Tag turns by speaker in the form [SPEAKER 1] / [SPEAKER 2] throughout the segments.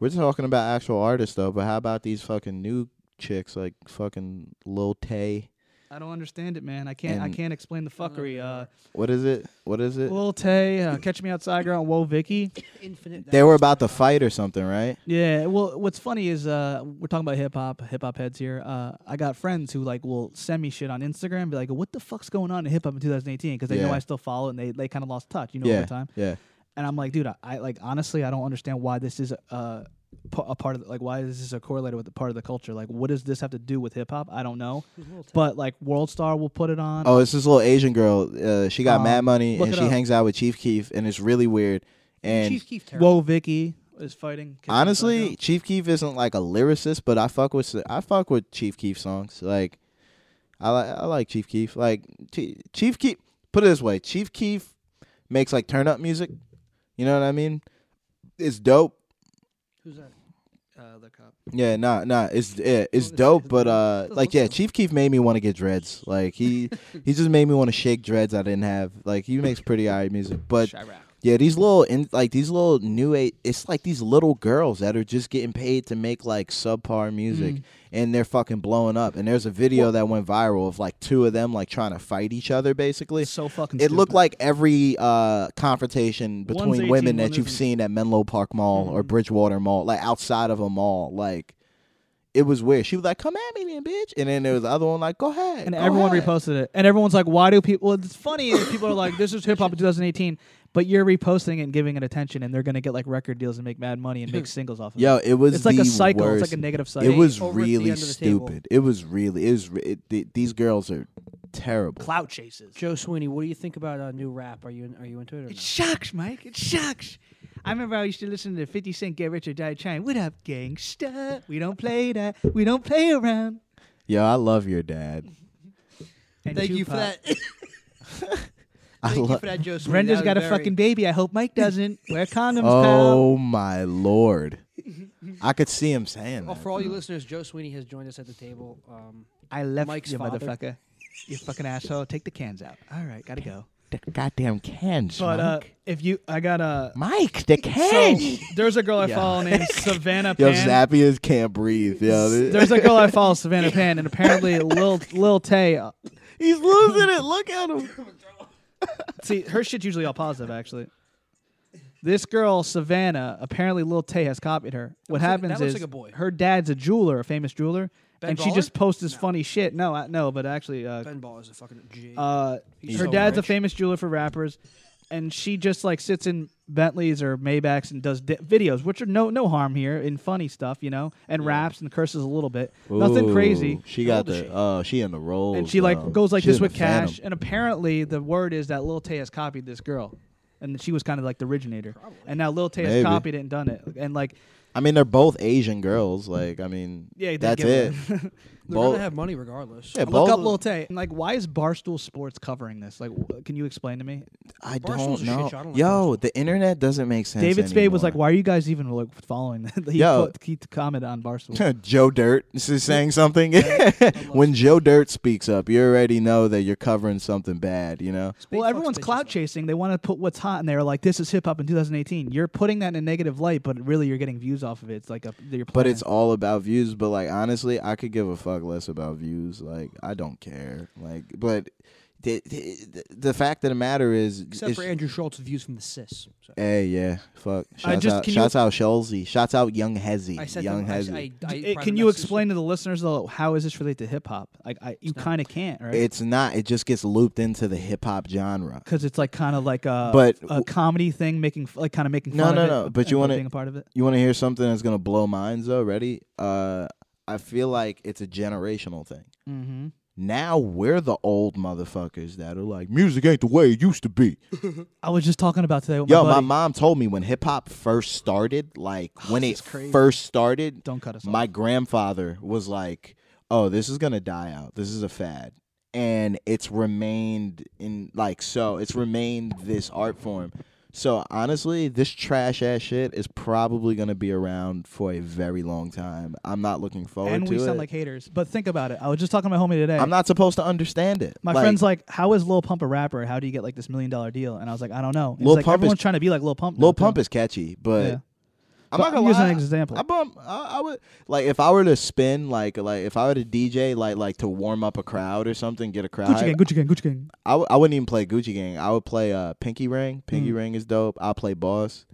[SPEAKER 1] We're talking about actual artists though, but how about these fucking new chicks like fucking Lil Tay?
[SPEAKER 2] I don't understand it, man. I can't. I
[SPEAKER 1] And-
[SPEAKER 2] can't explain the fuckery. Uh,
[SPEAKER 1] What is it? What is it?
[SPEAKER 2] Lil Tay, uh, Catch Me Outside Girl, and Whoa Vicky.
[SPEAKER 3] Infinite.
[SPEAKER 1] They were about to fight or something, right?
[SPEAKER 2] Yeah. Well, what's funny is uh, we're talking about hip hop, hip hop heads here. Uh, I got friends who like will send me shit on Instagram, and be like, "What the fuck's going on in hip hop in 2018?" Because they know
[SPEAKER 1] Yeah.
[SPEAKER 2] I still follow, it and they they kind of lost touch, you know,
[SPEAKER 1] yeah.
[SPEAKER 2] over time.
[SPEAKER 1] Yeah.
[SPEAKER 2] And I'm like, dude, I, I like honestly, I don't understand why this is a, p- a part of like why is this a correlated with a part of the culture? Like, what does this have to do with hip hop? I don't know. But like, World Star will put it on.
[SPEAKER 1] Oh, it's this little Asian girl. Uh, she got
[SPEAKER 2] Um,
[SPEAKER 1] mad money
[SPEAKER 2] look
[SPEAKER 1] and
[SPEAKER 2] it
[SPEAKER 1] she
[SPEAKER 2] up.
[SPEAKER 1] hangs out with Chief Keef, and it's really weird. And
[SPEAKER 3] Chief Keef terrible.
[SPEAKER 2] Whoa Vicky is fighting. Catch Me Outside
[SPEAKER 1] honestly,
[SPEAKER 2] Girl.
[SPEAKER 1] Chief Keef isn't like a lyricist, but I fuck with I fuck with Chief Keef songs. Like, I like I like Chief Keef. Like Ch- Chief Keef. Put it this way, Chief Keef makes like turn up music. You know what I mean? It's dope.
[SPEAKER 3] Who's that? Uh, the cop.
[SPEAKER 1] Yeah, nah, nah. It's yeah, it's
[SPEAKER 3] it's-
[SPEAKER 1] dope,
[SPEAKER 3] it's-
[SPEAKER 1] but uh,
[SPEAKER 3] doesn't
[SPEAKER 1] like
[SPEAKER 3] look
[SPEAKER 1] yeah,
[SPEAKER 3] so-
[SPEAKER 1] Chief Keef made me want to get dreads. Like he, he just made me want to shake dreads I didn't have. Like he makes pretty alright music, but
[SPEAKER 2] Chirac.
[SPEAKER 1] yeah, these little in like these little new eight. It's like these little girls that are just getting paid to make like subpar music,
[SPEAKER 2] Mm.
[SPEAKER 1] and they're fucking blowing up. And there's a video that went viral of like two of them like trying to fight each other. Basically,
[SPEAKER 2] It's so fucking.
[SPEAKER 1] it looked
[SPEAKER 2] stupid.
[SPEAKER 1] like every uh, confrontation between
[SPEAKER 2] 18,
[SPEAKER 1] women
[SPEAKER 2] one
[SPEAKER 1] that you've
[SPEAKER 2] isn't.
[SPEAKER 1] seen at Menlo Park Mall or
[SPEAKER 2] Mm-hmm.
[SPEAKER 1] Bridgewater Mall, like outside of a mall, like it was weird. She was like, "Come at me, then, bitch," and then there was the other one like, "Go ahead,"
[SPEAKER 2] and
[SPEAKER 1] go
[SPEAKER 2] everyone
[SPEAKER 1] ahead."
[SPEAKER 2] reposted it. And everyone's like, "Why do people?" Well, it's funny if people are like, "This is hip hop in 2018," but you're reposting it and giving it attention, and they're gonna get like record deals and make mad money and make singles off of
[SPEAKER 1] Yo,
[SPEAKER 2] it.
[SPEAKER 1] it was
[SPEAKER 2] It's like a
[SPEAKER 1] the
[SPEAKER 2] cycle. It's like
[SPEAKER 1] worst.
[SPEAKER 2] a negative cycle.
[SPEAKER 1] It was
[SPEAKER 3] over at the
[SPEAKER 1] really
[SPEAKER 3] end of the table.
[SPEAKER 1] stupid. It was really it was re- it, th- these girls are terrible.
[SPEAKER 2] clout chases.
[SPEAKER 3] Joe Sweeney, what do you think about uh, new rap? Are you are you into it or
[SPEAKER 2] It
[SPEAKER 3] no?
[SPEAKER 2] shocks, Mike. It shocks. I remember I used to listen to 50 Cent Get Rich or Die Trying. What up, gangsta? We don't play that. We don't play around.
[SPEAKER 1] Yo, I love your dad.
[SPEAKER 2] And
[SPEAKER 3] Thank you for
[SPEAKER 2] Tupac.
[SPEAKER 3] that. Thank
[SPEAKER 1] I
[SPEAKER 3] you
[SPEAKER 1] love.
[SPEAKER 3] for that, Joe Sweeney.
[SPEAKER 2] Brenda's
[SPEAKER 3] That
[SPEAKER 2] got a
[SPEAKER 3] was very-
[SPEAKER 2] fucking baby. I hope Mike doesn't. Wear condoms, pal.
[SPEAKER 1] Oh my lord, I could see him saying
[SPEAKER 3] Well,
[SPEAKER 1] that.
[SPEAKER 3] Oh, for all you listeners, Joe Sweeney has joined us at the table. Um,
[SPEAKER 2] I left
[SPEAKER 3] Mike's
[SPEAKER 2] you,
[SPEAKER 3] father.
[SPEAKER 2] motherfucker. You fucking asshole. Take the cans out. All right, gotta go.
[SPEAKER 1] the goddamn cans,
[SPEAKER 2] But uh,
[SPEAKER 1] Mike.
[SPEAKER 2] if you, I got a.
[SPEAKER 1] Mike, the
[SPEAKER 2] So
[SPEAKER 1] cans.
[SPEAKER 2] there's a girl I
[SPEAKER 1] Yeah.
[SPEAKER 2] follow named Savannah
[SPEAKER 1] Yo,
[SPEAKER 2] Pan.
[SPEAKER 1] Zappias can't breathe. Yo, this-
[SPEAKER 2] There's a girl I follow, Savannah Pan, and apparently Lil Lil Tay. uh,
[SPEAKER 1] he's losing it. Look at him.
[SPEAKER 2] See, her shit's usually all positive, actually. This girl, Savannah, apparently Lil Tay has copied her. What
[SPEAKER 3] looks like-
[SPEAKER 2] happens
[SPEAKER 3] that looks
[SPEAKER 2] is
[SPEAKER 3] like a boy.
[SPEAKER 2] her dad's a jeweler, a famous jeweler,
[SPEAKER 3] Ben
[SPEAKER 2] and she
[SPEAKER 3] Baller?
[SPEAKER 2] just posts this
[SPEAKER 3] No.
[SPEAKER 2] funny shit. No, I, no, but actually, uh,
[SPEAKER 3] Ben Ball is a fucking G.
[SPEAKER 2] uh,
[SPEAKER 3] He's
[SPEAKER 2] her
[SPEAKER 3] so
[SPEAKER 2] dad's a
[SPEAKER 3] rich.
[SPEAKER 2] famous jeweler for rappers, and she just like sits in Bentleys or Maybachs and does di- videos, which are no no harm here in funny stuff, you know, and raps and curses a little bit, nothing crazy.
[SPEAKER 1] She
[SPEAKER 3] How
[SPEAKER 1] got um,
[SPEAKER 3] old is
[SPEAKER 1] the.
[SPEAKER 3] she?
[SPEAKER 1] Oh, she in the role.
[SPEAKER 2] And she like goes like this with cash, and apparently the word is that Lil Tay has copied this girl, and she was kind of like the originator. And now Lil Tay has
[SPEAKER 1] Maybe.
[SPEAKER 2] copied it and done it, and like
[SPEAKER 1] I mean, they're both Asian girls. Like, I mean,
[SPEAKER 2] yeah, they
[SPEAKER 1] that's
[SPEAKER 2] give
[SPEAKER 1] it.
[SPEAKER 2] a-
[SPEAKER 3] They're
[SPEAKER 1] Both.
[SPEAKER 3] gonna have money regardless.
[SPEAKER 1] Yeah,
[SPEAKER 2] Look
[SPEAKER 1] both-
[SPEAKER 2] up Lil Tay, and like why is Barstool Sports covering this? Like, wh- can you explain to me?
[SPEAKER 1] I
[SPEAKER 3] Barstool's
[SPEAKER 1] don't
[SPEAKER 3] a shit
[SPEAKER 1] know.
[SPEAKER 3] show. I don't like
[SPEAKER 1] Yo, the internet doesn't make sense.
[SPEAKER 2] David Spade was like,
[SPEAKER 1] anymore.
[SPEAKER 2] "Why are you guys even like following that?" he,
[SPEAKER 1] Yo.
[SPEAKER 2] co- he commented on Barstool.
[SPEAKER 1] Joe Dirt is saying something. when Joe Dirt speaks up, you already know that you're covering something bad. You know.
[SPEAKER 2] well,
[SPEAKER 3] fucks
[SPEAKER 2] everyone's
[SPEAKER 3] bitches
[SPEAKER 2] clout
[SPEAKER 3] up.
[SPEAKER 2] chasing. They want to put what's hot, and they're like, "This is hip hop in 2018." You're putting that in a negative light, but really, you're getting views off of it. It's like a your
[SPEAKER 1] But it's all about views. But like honestly, I could give a fuck less about views. Like I don't care. Like, but the the, the fact of the matter is,
[SPEAKER 3] Except
[SPEAKER 1] it's-
[SPEAKER 3] for Andrew Schultz's views from the cis. So.
[SPEAKER 1] hey, yeah, fuck.
[SPEAKER 2] I
[SPEAKER 1] Shouts
[SPEAKER 2] just-
[SPEAKER 1] out,
[SPEAKER 2] can
[SPEAKER 1] shouts out Schulze. Shouts out Young Hezzy.
[SPEAKER 3] I said
[SPEAKER 1] Young
[SPEAKER 3] them, I,
[SPEAKER 1] Hezzy.
[SPEAKER 3] I, I
[SPEAKER 2] it,
[SPEAKER 3] private
[SPEAKER 2] eh, can you
[SPEAKER 3] messaged-
[SPEAKER 2] explain to the listeners though how is this related to hip hop? Like I, you kind of can't, right?
[SPEAKER 1] it's not. It just gets looped into the hip hop genre.
[SPEAKER 2] Because it's like kind of like a
[SPEAKER 1] But
[SPEAKER 2] a
[SPEAKER 1] w-
[SPEAKER 2] comedy thing, making f- like kind of making
[SPEAKER 1] No,
[SPEAKER 2] fun
[SPEAKER 1] no,
[SPEAKER 2] of it,
[SPEAKER 1] no, but
[SPEAKER 2] and
[SPEAKER 1] you wanna-
[SPEAKER 2] being a part of it.
[SPEAKER 1] You want to hear something that's gonna blow minds though? Ready? Uh, I feel like it's a generational thing.
[SPEAKER 2] Mm-hmm.
[SPEAKER 1] Now we're the old motherfuckers that are like, music ain't the way it used to be.
[SPEAKER 2] I was just talking about today with
[SPEAKER 1] Yo,
[SPEAKER 2] my
[SPEAKER 1] my,
[SPEAKER 2] buddy.
[SPEAKER 1] mom told me when hip hop first started, like when it
[SPEAKER 2] is crazy.
[SPEAKER 1] first started,
[SPEAKER 2] Don't cut us off.
[SPEAKER 1] my grandfather was like, "Oh, this is gonna die out. This is a fad," and it's remained in like so. It's remained this art form. So honestly, this trash ass shit is probably gonna be around for a very long time. I'm not looking forward
[SPEAKER 2] and
[SPEAKER 1] to
[SPEAKER 2] we
[SPEAKER 1] it.
[SPEAKER 2] sound like haters, but think about it. I was just talking to my homie today.
[SPEAKER 1] I'm not supposed to understand it.
[SPEAKER 2] my friend's like, "How is Lil Pump a rapper? How do you get like this million dollar deal?" And I was like, "I don't know." And he's
[SPEAKER 1] Lil
[SPEAKER 2] like,
[SPEAKER 1] Pump is-
[SPEAKER 2] everyone's trying to be like Lil Pump. now,
[SPEAKER 1] Lil
[SPEAKER 2] too."
[SPEAKER 1] Pump is catchy, but
[SPEAKER 2] Yeah.
[SPEAKER 1] I'm
[SPEAKER 2] But
[SPEAKER 1] not gonna
[SPEAKER 2] using
[SPEAKER 1] lie.
[SPEAKER 2] an example.
[SPEAKER 1] I bump. I, I would like if I were to spin like like if I were to DJ like like to warm up a crowd or something, get a crowd.
[SPEAKER 2] Gucci
[SPEAKER 1] hype,
[SPEAKER 2] gang, Gucci gang, Gucci gang.
[SPEAKER 1] I, w- I wouldn't even play Gucci Gang. I would play uh Pinky Ring. Pinky
[SPEAKER 2] Mm.
[SPEAKER 1] Ring is dope. I play Boss.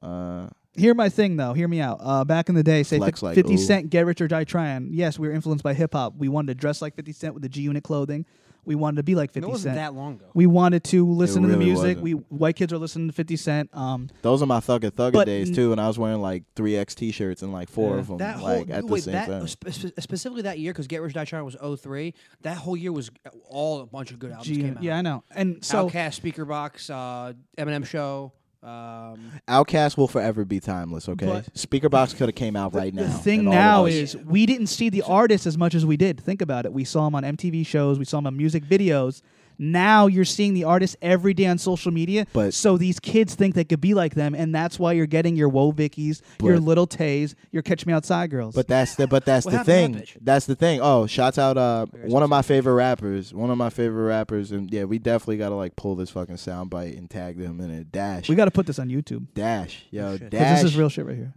[SPEAKER 1] Uh,
[SPEAKER 2] Hear my thing though. Hear me out. Uh, back in the day, say
[SPEAKER 1] Flex
[SPEAKER 2] fif-
[SPEAKER 1] like,
[SPEAKER 2] 50
[SPEAKER 1] ooh.
[SPEAKER 2] Cent, get rich or die trying. Yes, we were influenced by hip hop. We wanted to dress like 50 Cent with the G Unit clothing. We wanted to be like 50
[SPEAKER 3] it
[SPEAKER 2] Cent.
[SPEAKER 3] wasn't that long ago.
[SPEAKER 2] we wanted to listen to the
[SPEAKER 1] really
[SPEAKER 2] music.
[SPEAKER 1] wasn't.
[SPEAKER 2] We white kids are listening to 50 Cent. Um,
[SPEAKER 1] those are my Thugger Thugger
[SPEAKER 2] But
[SPEAKER 1] days
[SPEAKER 2] n-
[SPEAKER 1] too, and I was wearing like three X T-shirts and like four
[SPEAKER 2] Yeah.
[SPEAKER 1] of them
[SPEAKER 3] that whole
[SPEAKER 1] like at the
[SPEAKER 3] wait,
[SPEAKER 1] same
[SPEAKER 3] that,
[SPEAKER 1] time.
[SPEAKER 3] spe- spe- specifically that year because Get Rich Die Trying was 03. That whole year was all a bunch of good albums
[SPEAKER 2] G
[SPEAKER 3] came
[SPEAKER 2] Unit.
[SPEAKER 3] out.
[SPEAKER 2] Yeah, I know. And so
[SPEAKER 3] So, Outcast, Speaker Box, uh, Eminem Show. Um,
[SPEAKER 1] Outcast will forever be timeless. Okay,
[SPEAKER 2] But-
[SPEAKER 1] Speaker Box could have came out right now.
[SPEAKER 2] the thing
[SPEAKER 1] and all
[SPEAKER 2] now
[SPEAKER 1] of us-
[SPEAKER 2] is we didn't see the artist as much as we did. Think about it. We saw him on MTV shows. We saw him on music videos. Now you're seeing the artist every day on social media.
[SPEAKER 1] But-
[SPEAKER 2] so these kids think they could be like them, and that's why you're getting your Whoa Vickies, your
[SPEAKER 1] But-
[SPEAKER 2] Little Tays, your Catch Me Outside girls.
[SPEAKER 1] But that's the but that's
[SPEAKER 3] What
[SPEAKER 1] the
[SPEAKER 3] happened to that
[SPEAKER 1] thing.
[SPEAKER 3] bitch?
[SPEAKER 1] That's the thing. Oh, shouts out uh one of my favorite rappers. One of my favorite rappers and yeah, we definitely gotta like pull this fucking soundbite and tag them in a dash.
[SPEAKER 2] we got to put this on YouTube
[SPEAKER 1] Dash. Yo,
[SPEAKER 3] shit.
[SPEAKER 2] 'cause
[SPEAKER 1] Dash.
[SPEAKER 2] this is real shit right here.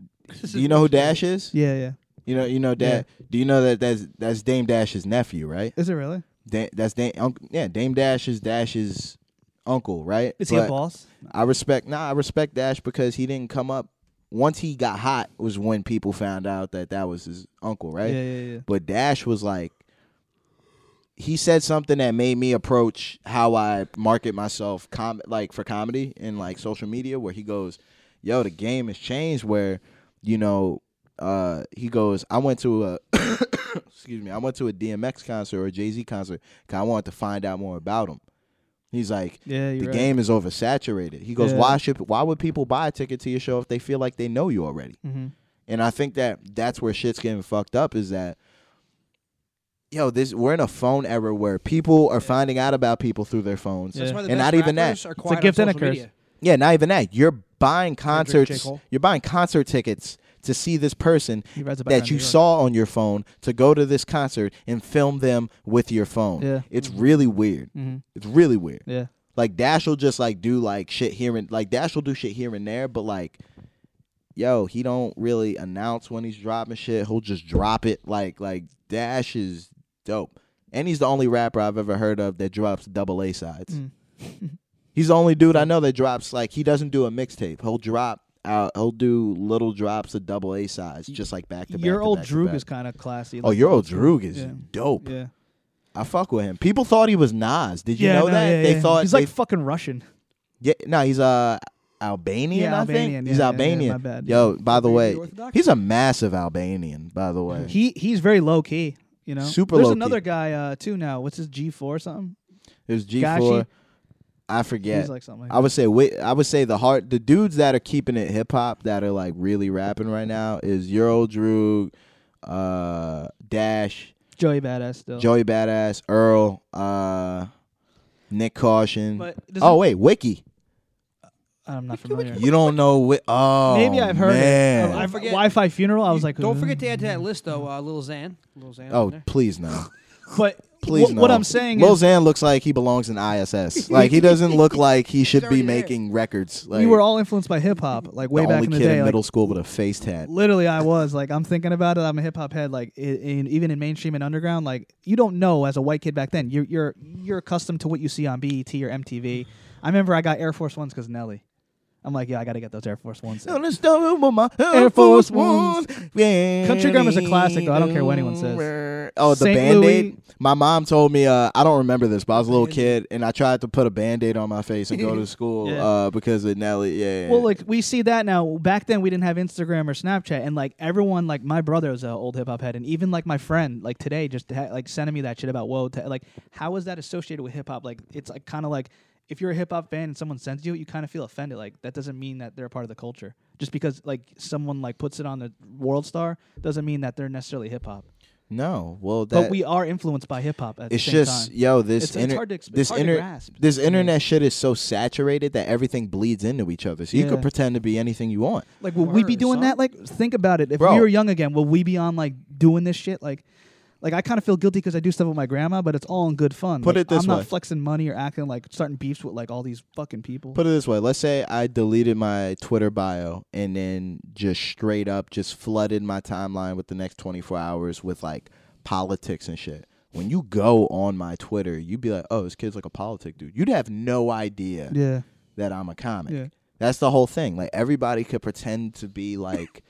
[SPEAKER 1] Do you know who Dash is?
[SPEAKER 2] Yeah, yeah.
[SPEAKER 1] You know, you know
[SPEAKER 2] Yeah.
[SPEAKER 1] Dash. Do you know that that's that's Dame Dash's nephew, right?
[SPEAKER 2] Is it really?
[SPEAKER 1] Da- that's Dame. Unc yeah, Dame Dash is Dash's uncle, right?
[SPEAKER 2] Is he a
[SPEAKER 1] But
[SPEAKER 2] boss?
[SPEAKER 1] I respect. Nah, I respect Dash because he didn't come up. Once he got hot, was when people found out that that was his uncle, right?
[SPEAKER 2] Yeah, yeah, yeah.
[SPEAKER 1] But Dash was like, he said something that made me approach how I market myself, com- like for comedy and like social media, where he goes, "Yo, the game has changed." Where, you know, uh, he goes, "I went to a, excuse me, I went to a DMX concert or a Jay Z concert. 'cause I wanted to find out more about him." He's like,
[SPEAKER 2] Yeah, you're
[SPEAKER 1] "The
[SPEAKER 2] right.
[SPEAKER 1] game is oversaturated." He goes,
[SPEAKER 2] Yeah.
[SPEAKER 1] "Why should? Why would people buy a ticket to your show if they feel like they know you already?"
[SPEAKER 2] Mhm.
[SPEAKER 1] And I think that that's where shit's getting fucked up is that yo, this we're in a phone era where people are finding out about people through their phones.
[SPEAKER 2] Yeah.
[SPEAKER 3] That's why the
[SPEAKER 1] And
[SPEAKER 3] best
[SPEAKER 1] not even that.
[SPEAKER 3] rappers Are
[SPEAKER 1] It's
[SPEAKER 2] a
[SPEAKER 3] quiet on
[SPEAKER 2] gift and a
[SPEAKER 3] social
[SPEAKER 2] curse.
[SPEAKER 3] media.
[SPEAKER 1] Yeah, not even that. You're buying
[SPEAKER 3] Kendrick, J.
[SPEAKER 1] concerts.
[SPEAKER 3] Cole.
[SPEAKER 1] You're buying concert tickets to see this person
[SPEAKER 2] He rides a bike
[SPEAKER 1] that
[SPEAKER 2] around
[SPEAKER 1] you
[SPEAKER 2] New York.
[SPEAKER 1] saw on your phone to go to this concert and film them with your phone.
[SPEAKER 2] Yeah.
[SPEAKER 1] It's
[SPEAKER 3] Mm-hmm.
[SPEAKER 1] really weird.
[SPEAKER 2] Mhm.
[SPEAKER 1] It's really weird.
[SPEAKER 2] Yeah.
[SPEAKER 1] Like Dash will just like do like shit here and like Dash will do shit here and there, but like, yo, he don't really announce when he's dropping shit. He'll just drop it. Like like Dash is dope, and he's the only rapper I've ever heard of that drops double A sides.
[SPEAKER 2] Mm.
[SPEAKER 1] he's the only dude I know that drops like he doesn't do a mixtape. He'll drop. out. he'll do little drops of double A sides, just like back to back.
[SPEAKER 2] Your
[SPEAKER 1] to
[SPEAKER 2] old
[SPEAKER 1] back to
[SPEAKER 2] Droog
[SPEAKER 1] back.
[SPEAKER 2] is kind of classy.
[SPEAKER 1] Oh,
[SPEAKER 2] like-
[SPEAKER 1] your old Droog is
[SPEAKER 2] Yeah.
[SPEAKER 1] dope.
[SPEAKER 2] Yeah.
[SPEAKER 1] I fuck with him. People thought he was Nas. Did you
[SPEAKER 2] yeah,
[SPEAKER 1] know
[SPEAKER 2] no,
[SPEAKER 1] that?
[SPEAKER 2] yeah,
[SPEAKER 1] they
[SPEAKER 2] yeah.
[SPEAKER 1] thought
[SPEAKER 2] he's
[SPEAKER 1] they
[SPEAKER 2] like fucking Russian.
[SPEAKER 1] Yeah, no, he's uh Albanian.
[SPEAKER 2] Yeah,
[SPEAKER 1] I
[SPEAKER 2] Albanian,
[SPEAKER 1] think he's
[SPEAKER 2] yeah, yeah, yeah,
[SPEAKER 1] Albanian.
[SPEAKER 2] my bad.
[SPEAKER 1] Yo, by the way,
[SPEAKER 3] Albanian Orthodox?
[SPEAKER 1] he's a massive Albanian. By the way,
[SPEAKER 2] He he's very low key. You know,
[SPEAKER 1] Super
[SPEAKER 2] There's
[SPEAKER 1] low-key.
[SPEAKER 2] another guy uh, too now. What's his G four something?
[SPEAKER 1] there's G
[SPEAKER 2] Gashi?
[SPEAKER 1] four. I
[SPEAKER 2] He's
[SPEAKER 1] forget.
[SPEAKER 2] like something. Like
[SPEAKER 1] I would say wait, I would say the hard the dudes that are keeping it hip hop that are like really rapping right now is Euro Droog, uh, Dash,
[SPEAKER 2] that. Joey Badass still.
[SPEAKER 1] Joey Badass, Earl, uh, Nick Caution.
[SPEAKER 2] But does
[SPEAKER 1] oh
[SPEAKER 2] it-
[SPEAKER 1] wait, Wiki.
[SPEAKER 2] I'm not familiar.
[SPEAKER 1] You don't know Wi- oh
[SPEAKER 2] Maybe I've heard
[SPEAKER 1] man.
[SPEAKER 2] it.
[SPEAKER 3] I
[SPEAKER 2] I
[SPEAKER 3] forget-
[SPEAKER 2] forget. Wi-Fi funeral. I was
[SPEAKER 3] You-
[SPEAKER 2] like,
[SPEAKER 3] don't forget to
[SPEAKER 2] "Ugh."
[SPEAKER 3] add to that list though, uh, Lil Xan. Lil Xan.
[SPEAKER 1] Oh
[SPEAKER 3] in there.
[SPEAKER 1] please no.
[SPEAKER 2] But
[SPEAKER 1] Please,
[SPEAKER 2] wh-
[SPEAKER 1] no.
[SPEAKER 2] what I'm saying
[SPEAKER 1] Lil
[SPEAKER 2] is,
[SPEAKER 1] Xan looks like he belongs in ISS. like he doesn't look like he should be
[SPEAKER 3] already there.
[SPEAKER 1] making records. Like
[SPEAKER 2] we were all influenced by hip hop, like way
[SPEAKER 1] the
[SPEAKER 2] back
[SPEAKER 1] only
[SPEAKER 2] in the
[SPEAKER 1] kid
[SPEAKER 2] day.
[SPEAKER 1] in
[SPEAKER 2] like,
[SPEAKER 1] middle school with a face tat.
[SPEAKER 2] literally, I was like, I'm thinking about it. I'm a hip hop head. Like, i- in, even in mainstream and underground, like you don't know as a white kid back then. You're you're you're accustomed to what you see on BET or MTV. I remember I got Air Force Ones because Nelly. I'm like, yeah, I got to get those Air Force Ones.
[SPEAKER 1] Air
[SPEAKER 2] Force Ones. Country Grammar's a classic, though. I don't care what anyone
[SPEAKER 1] says. Oh, the
[SPEAKER 2] Saint
[SPEAKER 1] band aid.
[SPEAKER 2] Louis.
[SPEAKER 1] My mom told me, uh, I don't remember this, but I was a little kid and I tried to put a band aid on my face and go to school
[SPEAKER 2] Yeah.
[SPEAKER 1] uh, because of Nelly. Yeah.
[SPEAKER 2] Well, like we see that now. Back then, we didn't have Instagram or Snapchat, and like everyone, like my brother was an old hip hop head, and even like my friend, like today, just ha- like sending me that shit about whoa, t- like how is that associated with hip hop? Like it's like kind of like if you're a hip hop fan and someone sends you, it, you kind of feel offended. Like that doesn't mean that they're a part of the culture. Just because like someone like puts it on the world star doesn't mean that they're necessarily hip hop.
[SPEAKER 1] no. Well, that,
[SPEAKER 2] But we are influenced by hip hop at
[SPEAKER 1] it's
[SPEAKER 2] the same
[SPEAKER 1] just
[SPEAKER 2] time.
[SPEAKER 1] yo this
[SPEAKER 2] It's- it's
[SPEAKER 1] inter-
[SPEAKER 2] hard to exp-
[SPEAKER 1] this
[SPEAKER 2] hard to
[SPEAKER 1] inter-
[SPEAKER 2] grasp.
[SPEAKER 1] this internet shit is so saturated that everything bleeds into each other. So you
[SPEAKER 2] Yeah.
[SPEAKER 1] could pretend to be anything you want.
[SPEAKER 2] Like, would we be
[SPEAKER 3] Word,
[SPEAKER 2] doing
[SPEAKER 3] son.
[SPEAKER 2] that? Like, think about it. If
[SPEAKER 1] Bro.
[SPEAKER 2] we were young again, would we be on like doing this shit? Like, Like I kind of feel guilty because I do stuff with my grandma, but it's all in good fun.
[SPEAKER 1] Put
[SPEAKER 2] Like,
[SPEAKER 1] it this
[SPEAKER 2] I'm
[SPEAKER 1] way.
[SPEAKER 2] not flexing money or acting like starting beefs with like all these fucking people.
[SPEAKER 1] Put it this way: Let's say I deleted my Twitter bio and then just straight up just flooded my timeline with the next 24 hours with like politics and shit. When you go on my Twitter, you'd be like, "Oh, this kid's like a politic dude." You'd have no idea
[SPEAKER 2] yeah,
[SPEAKER 1] that I'm a comic.
[SPEAKER 2] Yeah.
[SPEAKER 1] That's the whole thing. Like everybody could pretend to be like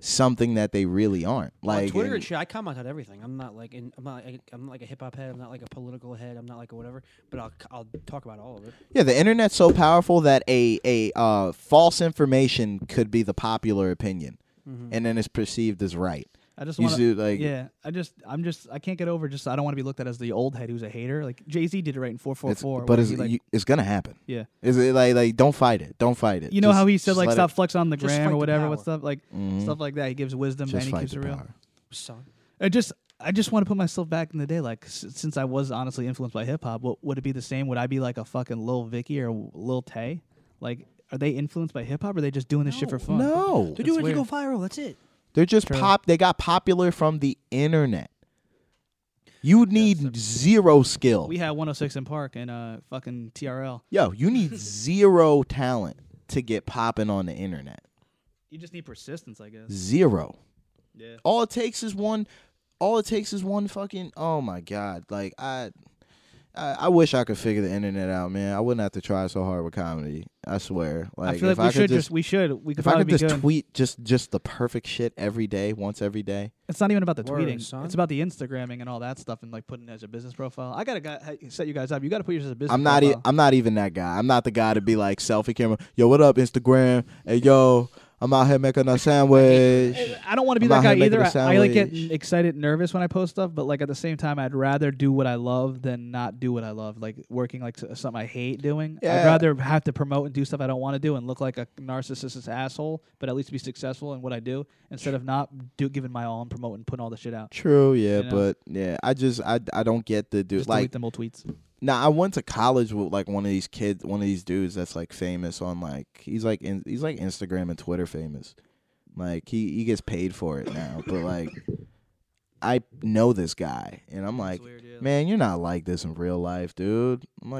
[SPEAKER 1] something that they really aren't. Like
[SPEAKER 3] on Twitter
[SPEAKER 1] and-
[SPEAKER 3] and shit, I comment on everything. I'm not like in, I'm not like, I'm not like a hip hop head. I'm not like a political head. I'm not like a whatever. But I'll I'll talk about all of it.
[SPEAKER 1] Yeah, the internet's so powerful that a a uh, false information could be the popular opinion,
[SPEAKER 2] Mm-hmm.
[SPEAKER 1] and then it's perceived as right.
[SPEAKER 2] I just
[SPEAKER 1] You
[SPEAKER 2] want
[SPEAKER 1] see, like-
[SPEAKER 2] yeah. I just I'm just I can't get over just I don't want to be looked at as the old head who's a hater. Like Jay Z did it right in four four
[SPEAKER 1] It's,
[SPEAKER 2] four.
[SPEAKER 1] but it's,
[SPEAKER 2] like,
[SPEAKER 1] you, it's gonna happen.
[SPEAKER 2] yeah.
[SPEAKER 1] Is it like like don't fight it? Don't fight it.
[SPEAKER 2] You know
[SPEAKER 1] Just-
[SPEAKER 2] how he said
[SPEAKER 1] just
[SPEAKER 2] like
[SPEAKER 1] let
[SPEAKER 2] stop
[SPEAKER 1] It, Mm-hmm.
[SPEAKER 2] flexing on the
[SPEAKER 3] Just
[SPEAKER 2] gram
[SPEAKER 3] fight
[SPEAKER 2] or
[SPEAKER 3] the
[SPEAKER 2] whatever, what
[SPEAKER 3] power.
[SPEAKER 2] stuff like stuff like that. He gives wisdom
[SPEAKER 1] just
[SPEAKER 2] and he
[SPEAKER 1] fight
[SPEAKER 2] keeps
[SPEAKER 1] the
[SPEAKER 2] it real.
[SPEAKER 1] power.
[SPEAKER 3] Son,
[SPEAKER 2] I just I just want to put myself back in the day. Like s- since I was honestly influenced by hip hop, what would it be the same? Would I be like a fucking Lil Vicky or Lil Tay? Like, are they influenced by hip hop? Or are they just doing this shit for fun?
[SPEAKER 1] No,
[SPEAKER 3] they're doing it to go
[SPEAKER 2] weird.
[SPEAKER 3] viral. That's it.
[SPEAKER 1] they're just
[SPEAKER 2] True.
[SPEAKER 1] pop. They got popular from the internet. You need zero skill.
[SPEAKER 2] We had 106 in Park and uh fucking TRL.
[SPEAKER 1] Yo, you need zero talent to get popping on the internet.
[SPEAKER 2] You just need persistence, I guess.
[SPEAKER 1] Zero.
[SPEAKER 2] Yeah.
[SPEAKER 1] All it takes is one. All it takes is one fucking. Oh my god! Like I, I, I wish I could figure the internet out, man. I wouldn't have to try so hard with comedy. I swear. Like
[SPEAKER 2] I feel
[SPEAKER 1] if
[SPEAKER 2] like we
[SPEAKER 1] I
[SPEAKER 2] should
[SPEAKER 1] could
[SPEAKER 2] just,
[SPEAKER 1] just,
[SPEAKER 2] we should we could
[SPEAKER 1] if I
[SPEAKER 2] probably
[SPEAKER 1] could
[SPEAKER 2] be
[SPEAKER 1] just
[SPEAKER 2] good.
[SPEAKER 1] tweet just just the perfect shit every day, once every day.
[SPEAKER 2] it's not even about the
[SPEAKER 3] Word,
[SPEAKER 2] tweeting.
[SPEAKER 3] son.
[SPEAKER 2] It's about the Instagramming and all that stuff and like putting it as a business profile. I gotta got, set you guys up. You gotta put yours as a business.
[SPEAKER 1] I'm not. E-
[SPEAKER 2] profile.
[SPEAKER 1] I'm not even that guy. I'm not the guy to be like selfie camera. Yo, what up Instagram? Hey, yo, I'm out here making a sandwich.
[SPEAKER 2] I don't want to be
[SPEAKER 1] I'm out
[SPEAKER 2] that guy
[SPEAKER 1] here making
[SPEAKER 2] either.
[SPEAKER 1] a
[SPEAKER 2] I, I like get
[SPEAKER 1] sandwich.
[SPEAKER 2] excited, nervous when I post stuff, but like at the same time, I'd rather do what I love than not do what I love. Like working like s- something I hate doing. I'd
[SPEAKER 1] Yeah.
[SPEAKER 2] rather have to promote and do stuff I don't want to do and look like a narcissist's asshole, but at least be successful in what I do instead of not do giving my all and promoting, putting all the shit out.
[SPEAKER 1] True. Yeah,
[SPEAKER 2] You know?
[SPEAKER 1] but yeah, I just I I don't get the dude
[SPEAKER 2] Just
[SPEAKER 1] like
[SPEAKER 2] delete them old tweets.
[SPEAKER 1] Now I went to college with like one of these kids, one of these dudes that's like famous on like he's like in, he's like Instagram and Twitter famous. Like he he gets paid for it now, but like I know this guy, and I'm like, man, you're not like this in real life, dude. I'm like,